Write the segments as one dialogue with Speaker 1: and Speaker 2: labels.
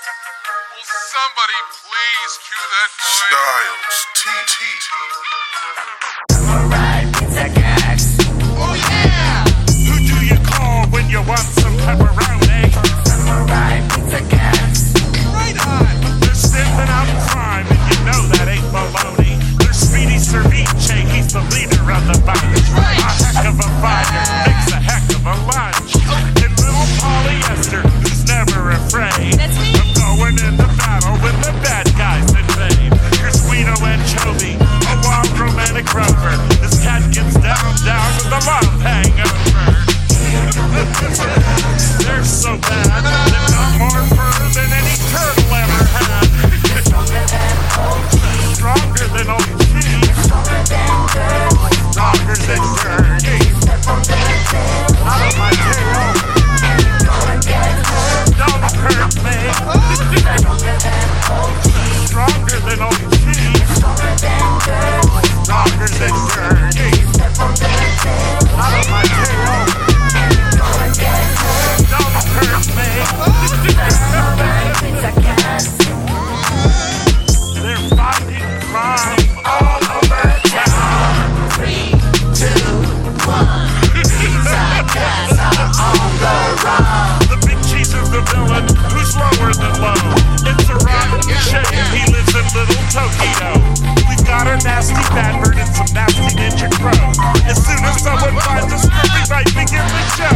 Speaker 1: Will somebody please cue that noise?
Speaker 2: Styles T T.
Speaker 1: Oh yeah!
Speaker 3: Who do you call when you want some pepperoni?
Speaker 1: Right on!
Speaker 3: They're sniffing out crime, and you know that ain't baloney. They're Speedy Cerviche, he's the leader of the bunch.
Speaker 1: right.
Speaker 3: A heck of a fighter makes a heck of a lunch. And little polyester, who's never afraid
Speaker 4: That's me.
Speaker 3: of going into battle with the bad guys invade. Here's Guido Anchovy, a wild romantic rover. This cat gets down, down with a love hangover. They're so bad. They've got more fur than any turtle ever had. Stronger than old cheese. Stronger than jerky. Out of my tail. Don't hurt me. Stronger than old cheese. Stronger than jerky. Out of my tail. Don't hurt me. They're fighting crime all over town. Three, two, one. The big cheese is the villain who's lower than low. It's a rotten shame he lives in little Tokyo. We've got our nasty Batman and some nasty ninja crows. As soon as someone finds us, we'll be right begin the show.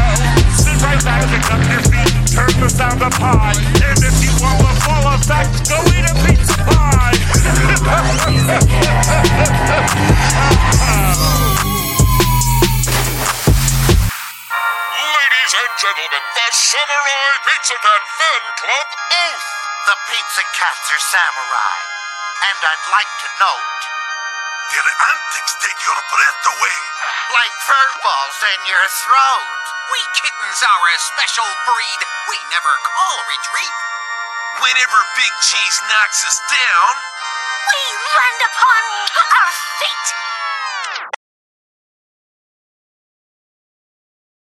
Speaker 3: Sit right back, pick up your feet, and turn the sound up high. And if you want the full effect, go eat a pizza pie.
Speaker 1: Ladies and gentlemen, the Samurai Pizza Cat Fan Club Oath!
Speaker 5: The pizza cats are samurai. And I'd like to note,
Speaker 2: Their antics take your breath away.
Speaker 5: like fur balls in your throat.
Speaker 6: We kittens are a special breed. We never call retreat.
Speaker 2: Whenever Big Cheese knocks us down,
Speaker 4: We land upon our feet.